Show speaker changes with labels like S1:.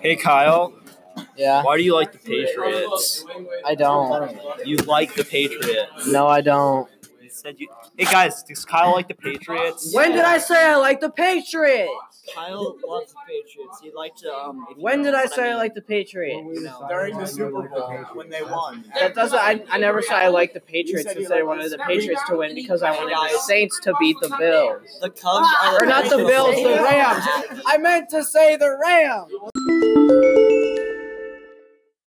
S1: Hey Kyle,
S2: Yeah,
S1: why do you like the Patriots?
S2: I don't.
S1: You like the Patriots.
S2: No, I don't.
S1: You said you. Hey guys, does Kyle like the Patriots?
S3: When did I say I like the Patriots?
S4: Kyle loves the Patriots. He liked to. Um, if you
S3: When
S4: know
S3: did I
S4: what
S3: say I
S4: mean.
S3: like the Patriots?
S5: During the Super
S4: uh,
S5: Bowl when they won.
S3: That doesn't. I, I never said I liked the Patriots since I wanted the Patriots to win because I wanted the Saints to beat the Bills.
S4: The Cubs are
S3: Or not the Bills, the Rams. I meant to say the Rams.